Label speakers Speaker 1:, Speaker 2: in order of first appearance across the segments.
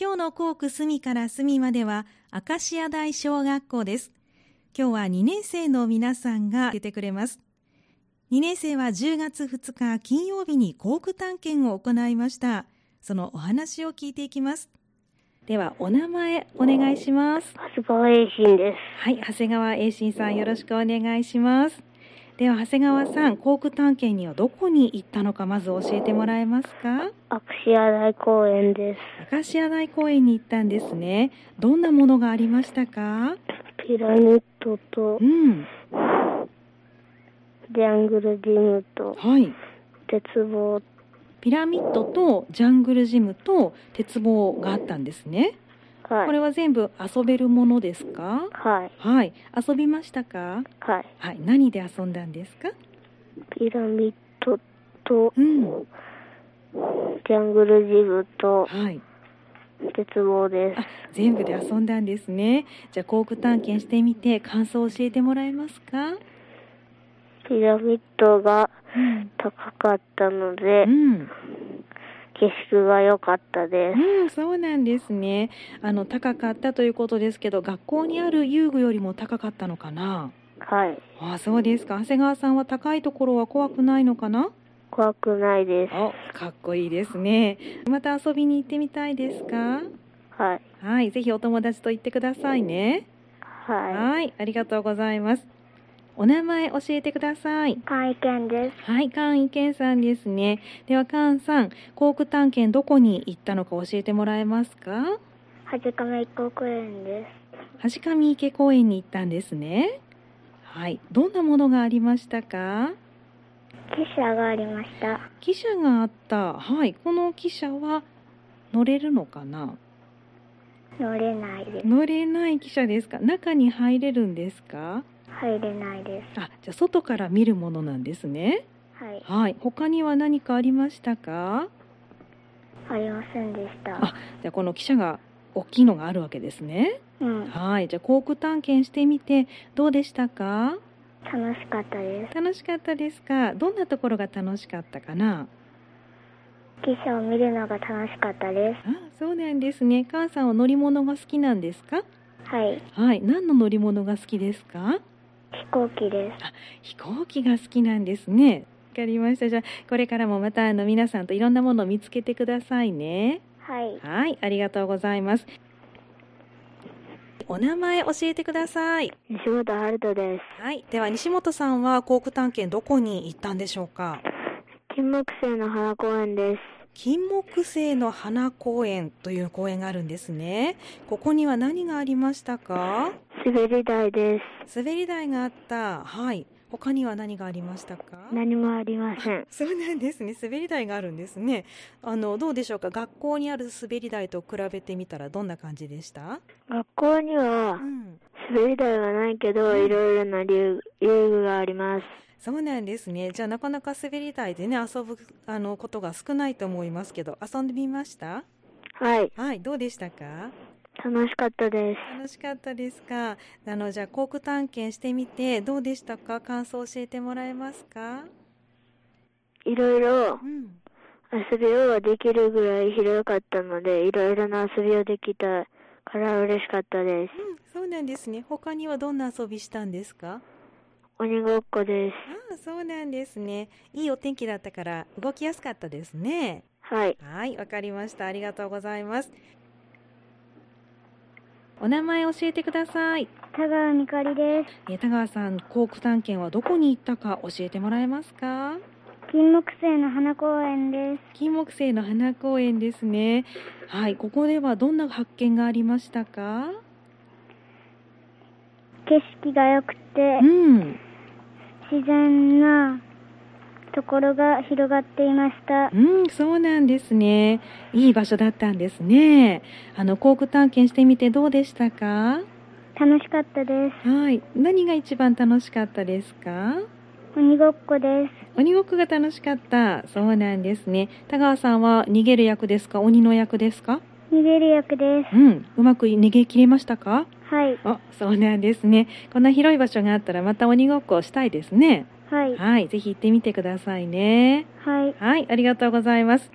Speaker 1: 今日の校区隅から隅までは明石屋大小学校です今日は2年生の皆さんが出てくれます2年生は10月2日金曜日に校区探検を行いましたそのお話を聞いていきますではお名前お願いします
Speaker 2: スパエイシンです。
Speaker 1: はい長谷川栄信さんよろしくお願いしますでは長谷川さん校区探検にはどこに行ったのかまず教えてもらえますか
Speaker 2: アクシア大公園です。
Speaker 1: 明石屋大公園に行ったんですねどんなものがありましたか
Speaker 2: ピラミッドと
Speaker 1: う、ん
Speaker 2: ジャングルジムと、
Speaker 1: はい
Speaker 2: 鉄棒、
Speaker 1: ピラミッドとジャングルジムと鉄棒があったんですね
Speaker 2: はい。
Speaker 1: これは全部遊べるものですか
Speaker 2: はい。
Speaker 1: はい遊びましたか
Speaker 2: はい。
Speaker 1: はい何で遊んだんですか
Speaker 2: ピラミッドと、
Speaker 1: うん
Speaker 2: ジャングルジムと、
Speaker 1: はい
Speaker 2: 鉄棒です
Speaker 1: あ。全部で遊んだんですねじゃあ航空探検してみて感想を教えてもらえますか
Speaker 2: ピラミッドが
Speaker 1: うん、
Speaker 2: 高かったので
Speaker 1: う、ん
Speaker 2: 景色が良かったです。
Speaker 1: うん、そうなんですね。あの高かったということですけど、学校にある遊具よりも高かったのかな。
Speaker 2: はい。
Speaker 1: あ、そうですか。長谷川さんは高いところは怖くないのかな。
Speaker 2: 怖くないです。
Speaker 1: お、かっこいいですね。また遊びに行ってみたいですか。
Speaker 2: はい。
Speaker 1: はい、ぜひお友達と行ってくださいね。
Speaker 2: は
Speaker 1: はい、ありがとうございます。お名前教えてください
Speaker 2: い。。会見です。
Speaker 1: はい、菅井健さんですね。では菅さん、航空探検どこに行ったのか教えてもらえますか。
Speaker 2: はじかめ公園です。
Speaker 1: 橋上池公園に行ったんですね。はい、どんなものがありましたか。
Speaker 2: 汽車がありました。
Speaker 1: 汽車があった。はい、この汽車は乗れるのかな。
Speaker 2: 乗れないで
Speaker 1: 乗れない汽車ですか。中に入れるんですか。
Speaker 2: 入れないで
Speaker 1: あ、じゃあ外から見るものなんですね。
Speaker 2: す。はい、
Speaker 1: はい、他には何かありましたか。
Speaker 2: ありませんでした。
Speaker 1: あじゃあこの汽車が大きいのがあるわけですね。
Speaker 2: うん、
Speaker 1: はい、じゃあ航空探検してみてどうでしたか。
Speaker 2: 楽しかったで
Speaker 1: 楽しかったですか。どんなところが楽しかったかな。
Speaker 2: す。汽車を見るのが楽しかったで
Speaker 1: あ、そうなんですね。母さんは乗り物が好きなんですか。
Speaker 2: す。はい、
Speaker 1: はい、何の乗り物が好きですか。
Speaker 2: 飛行機です。
Speaker 1: 飛行機が好きなんですね。わかりました。じゃあ、これからもまたあの皆さんといろんなものを見つけてくださいね。
Speaker 2: はい、
Speaker 1: はい、ありがとうございます。お名前教えてください。
Speaker 2: 西本春人で
Speaker 1: はい、では西本さんは航空探検どこに行ったんでしょうか。
Speaker 2: す。金木犀の花公園です。
Speaker 1: 金木犀の花公園という公園があるんですね。ここには何がありましたか。
Speaker 2: 滑り台です。
Speaker 1: 滑り台があった。はい。他には何がありましたか。
Speaker 2: 何もありません。
Speaker 1: そうなんですね。滑り台があるんですね。あのどうでしょうか。学校にある滑り台と比べてみたらどんな感じでした？
Speaker 2: 学校には
Speaker 1: うん。
Speaker 2: 滑り台はないけど、いろいろな遊遊具があります。
Speaker 1: そうなんですね。じゃあなかなか滑り台でね遊ぶあのことが少ないと思いますけど、遊んでみました？
Speaker 2: はい、
Speaker 1: はい。どうでしたか？
Speaker 2: 楽しかったです。
Speaker 1: 楽しかったですか。あのじゃあ航空探検してみてどうでしたか。感想教えてもらえますか？
Speaker 2: いろいろ
Speaker 1: うん。
Speaker 2: 遊びをできるぐらい広かったので、いろいろな遊びをできたから嬉しかったです。
Speaker 1: うん、そうなんですね。他にはどんな遊びしたんですか？
Speaker 2: 鬼ごっこです。
Speaker 1: ああ、そうなんですね。いいお天気だったから動きやすかったですね。
Speaker 2: はい。
Speaker 1: はい、わかりました。ありがとうございます。お名前教えてください。
Speaker 2: 田川みかりです。
Speaker 1: えー田川さん、航空探検はどこに行ったか教えてもらえますか
Speaker 2: 金木犀の花公園です。
Speaker 1: 金木犀の花公園ですね。はい、ここではどんな発見がありましたか
Speaker 2: 景色が良くて
Speaker 1: う、ん、
Speaker 2: 自然なところが広がっていました。
Speaker 1: うん、そうなんですね。いい場所だったんですね。あの、航空探検してみてどうでしたか
Speaker 2: 楽しかったで
Speaker 1: はい、何が一番楽しかったですか
Speaker 2: す。鬼ごっこで
Speaker 1: 鬼ごっこが楽しかった。そうなんですね。田川さんは逃げる役ですか鬼の役ですか
Speaker 2: す。逃げる役で
Speaker 1: うん、うまく逃げ切れましたか
Speaker 2: す。はい。
Speaker 1: あ、そうなんですね。こんな広い場所があったらまた鬼ごっこをしたいですね。
Speaker 2: はい。
Speaker 1: はい、ぜひ行ってみてくださいね。
Speaker 2: はい。
Speaker 1: はい、ありがとうございます。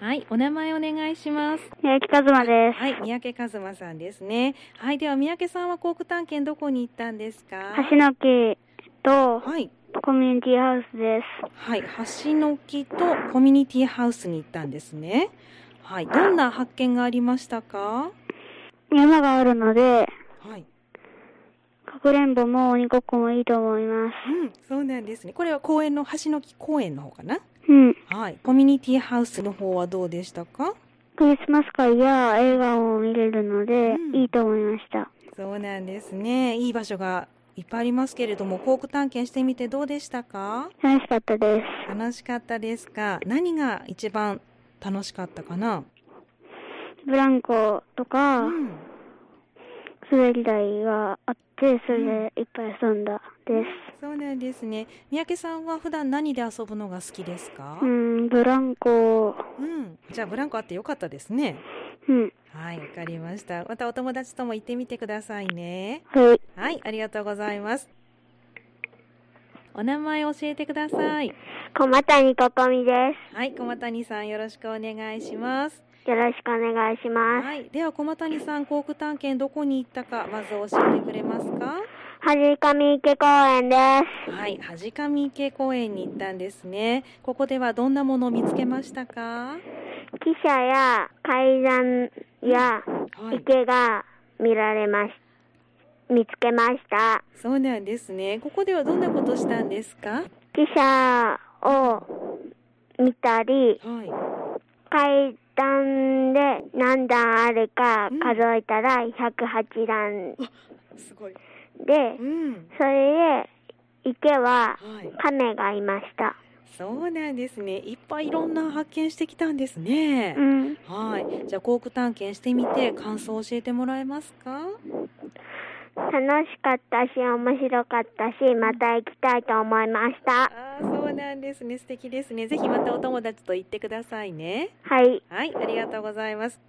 Speaker 1: はい、お名前お願いします。
Speaker 2: 宮城和馬です。
Speaker 1: はい、三宅和馬さんですね。はい、では三宅さんは航空探検どこに行ったんですか
Speaker 2: 橋の木と
Speaker 1: はい、
Speaker 2: コミュニティハウスです。
Speaker 1: はい、橋の木とコミュニティハウスに行ったんですね。はい、どんな発見がありましたか
Speaker 2: 山があるので、
Speaker 1: はい、
Speaker 2: かくれんぼも鬼ごっこもいいと思います。
Speaker 1: うん、そうなんですね。これは公園の橋の木公園の方かな
Speaker 2: うん。
Speaker 1: はい、コミュニティハウスの方はどうでしたか
Speaker 2: クリスマス会や映画を見れるので、
Speaker 1: うん
Speaker 2: いいと思いました。
Speaker 1: そうなんですね。いい場所がいっぱいありますけれども、航空探検してみてどうでしたか
Speaker 2: 楽しかったです。
Speaker 1: 楽しかったですか何が一番楽しかったかな
Speaker 2: ブランコと
Speaker 1: う
Speaker 2: か、
Speaker 1: ん、
Speaker 2: 滑り台があって、それでいっぱい遊んだです。
Speaker 1: そうなんですね。三宅さんは普段何で遊ぶのが好きですか
Speaker 2: うん、ブランコ、
Speaker 1: うん、じゃあブランコあってよかったですね。
Speaker 2: うん、
Speaker 1: はい、わかりました。またお友達とも行ってみてくださいね。
Speaker 2: はい。
Speaker 1: はい、ありがとうございます。お名前教えてください。
Speaker 2: 小股にここみで
Speaker 1: はい、小股谷さんよろしくお願いします。
Speaker 2: す。よろしくお願いしま
Speaker 1: はい、では小股谷さん、航空探検どこに行ったか、まず教えてくれますか。
Speaker 2: はじかみ池公園です。
Speaker 1: はい、恥かみ池公園に行ったんですね。ここではどんなものを見つけましたか。
Speaker 2: 汽車や階段や
Speaker 1: はい、
Speaker 2: 池が見られまし、見つけました。
Speaker 1: そうなんですね。ここではどんなことしたんですか。
Speaker 2: 汽車を見たり、
Speaker 1: はい。
Speaker 2: 階段で何段あるか
Speaker 1: うん
Speaker 2: 数えたら108段
Speaker 1: すごい。
Speaker 2: で
Speaker 1: う、ん。
Speaker 2: それで池
Speaker 1: は
Speaker 2: は
Speaker 1: い。
Speaker 2: 亀がいました。
Speaker 1: そうなんですね。いっぱいいろんな発見してきたんですね。
Speaker 2: うん。
Speaker 1: はい。じゃあ航空探検してみて感想を教えてもらえますか。
Speaker 2: 楽しかったし、面白かったし、また行きたいと思いました。
Speaker 1: ああ、そうなんですね。素敵ですね。ぜひまたお友達と行ってくださいね。
Speaker 2: はい。
Speaker 1: はい、ありがとうございます。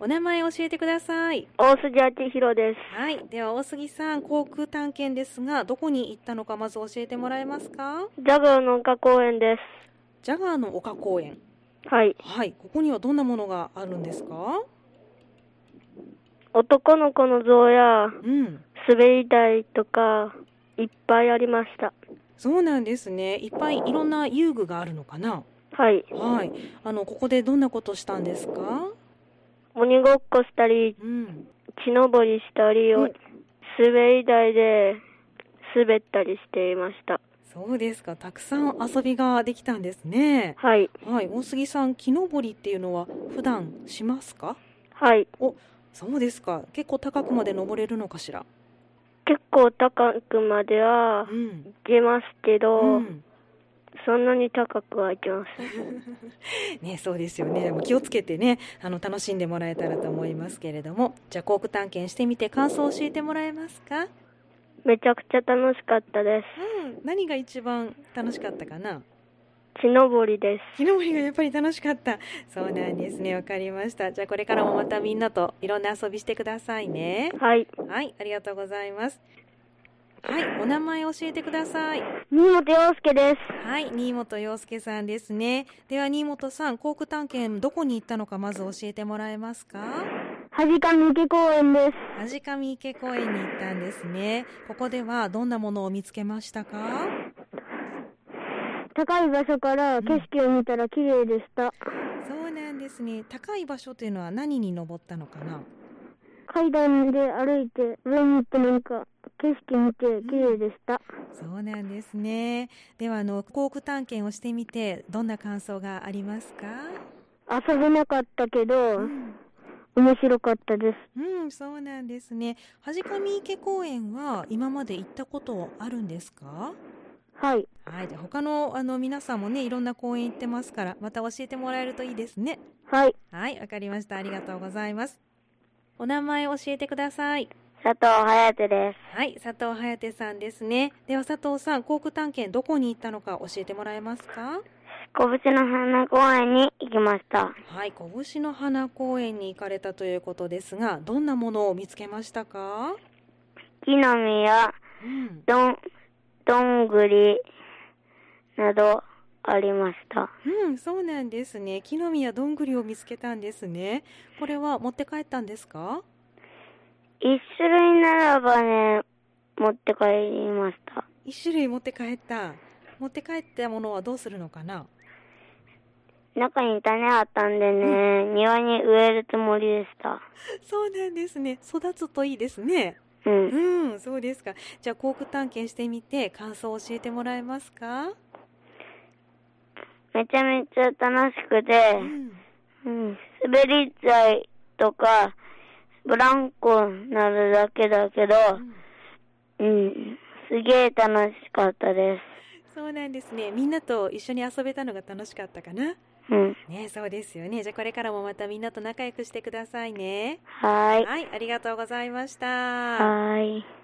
Speaker 1: お名前教えてください。
Speaker 2: 大筋千尋です。
Speaker 1: はい、では大杉さん、航空探検ですが、どこに行ったのかまず教えてもらえますか。
Speaker 2: ジャガーの丘公園で
Speaker 1: ジャガーの丘公園。
Speaker 2: す。はい。
Speaker 1: はい、ここにはどんなものがあるんですか。
Speaker 2: 男の子の像や
Speaker 1: うん。
Speaker 2: 滑り台とか、いっぱいありました。
Speaker 1: そうなんですね。いっぱいいろんな遊具があるのかな。
Speaker 2: はい。
Speaker 1: はい。あのここでどんなことしたんですか。
Speaker 2: 鬼ごっこしたり、
Speaker 1: うん。
Speaker 2: 木登りしたり、
Speaker 1: うん
Speaker 2: 滑り台で滑ったりしていました。
Speaker 1: そうですか。たくさん遊びができたんですね。
Speaker 2: はい。
Speaker 1: はい、大杉さん、木登りっていうのは普段しますか。
Speaker 2: はい。
Speaker 1: そうですか。結構高くまで登れるのかしら。
Speaker 2: 結構高くまでは
Speaker 1: うん。
Speaker 2: 行けますけど、
Speaker 1: うん、
Speaker 2: そんなに高くは行けません。
Speaker 1: ね、そうですよね。でも気をつけてね、あの楽しんでもらえたらと思いますけれども。じゃあ、航空探検してみて感想を教えてもらえますか。
Speaker 2: めちゃくちゃ楽しかったで
Speaker 1: うん、何が一番楽しかったかな。
Speaker 2: す。木登りです。
Speaker 1: 木登りがやっぱり楽しかった。そうなんですね。わかりました。じゃあ、これからもまたみんなといろんな遊びしてくださいね。
Speaker 2: はい。
Speaker 1: はい、ありがとうございます。はい、お名前教えてください。
Speaker 2: 新本洋介です。
Speaker 1: はい、新本洋介さんですね。では、新本さん、航空探検、どこに行ったのか、まず教えてもらえますか。
Speaker 2: はじかみ池公園です。
Speaker 1: 味上池公園に行ったんですね。ここでは、どんなものを見つけましたか。
Speaker 2: 高い場所から景色を見たら綺麗でした。
Speaker 1: そうなんですね。高い場所というのは、何に登ったのかな。
Speaker 2: 階段で歩いて上に行ってなんか景色見て綺麗でした。
Speaker 1: そうなんですね。では、あの、航空探検をしてみて、どんな感想がありますか。
Speaker 2: 遊べなかったけど
Speaker 1: うん
Speaker 2: 面白かったです。
Speaker 1: うん、そうなんですね。はじかみ池公園は今まで行ったことあるんですか
Speaker 2: はい。
Speaker 1: はい、じゃあ他のあの皆さんもね、いろんな公園行ってますから、また教えてもらえるといいですね。
Speaker 2: はい。
Speaker 1: はい、わかりました。ありがとうございます。お名前教えてください。
Speaker 2: 佐藤隼人で
Speaker 1: はい、佐藤颯さんですね。では佐藤さん、航空探検どこに行ったのか教えてもらえますか
Speaker 2: す。拳の花公園に行きました。
Speaker 1: はい、拳の花公園に行かれたということですが、どんなものを見つけましたか
Speaker 2: 木の実や
Speaker 1: うん。
Speaker 2: どん、どんぐりなどありました。
Speaker 1: うん、そうなんですね。木の実やどんぐりを見つけたんですね。これは持って帰ったんですか
Speaker 2: 一種類ならばね、持って帰りました。
Speaker 1: 一種類持って帰った。持って帰ったものはどうするのかな
Speaker 2: 中に種あったんでね、庭に植えるつもりでした。
Speaker 1: そうなんですね。育つといいですね。
Speaker 2: う。
Speaker 1: うんん、そうですか。じゃあ、航空探検してみて、感想を教えてもらえますか
Speaker 2: めちゃめちゃ楽しく
Speaker 1: う
Speaker 2: て、
Speaker 1: ん。
Speaker 2: うん、滑り台とか、ブランコになるだけだけど、
Speaker 1: うん
Speaker 2: うん、すげえ楽しかったで
Speaker 1: そうなんですね。みんなと一緒に遊べたのが楽しかったかな。
Speaker 2: す。うん。
Speaker 1: ね、そうですよね。じゃあ、これからもまたみんなと仲良くしてくださいね。
Speaker 2: はーい。
Speaker 1: はい、ありがとうございました。
Speaker 2: はーい。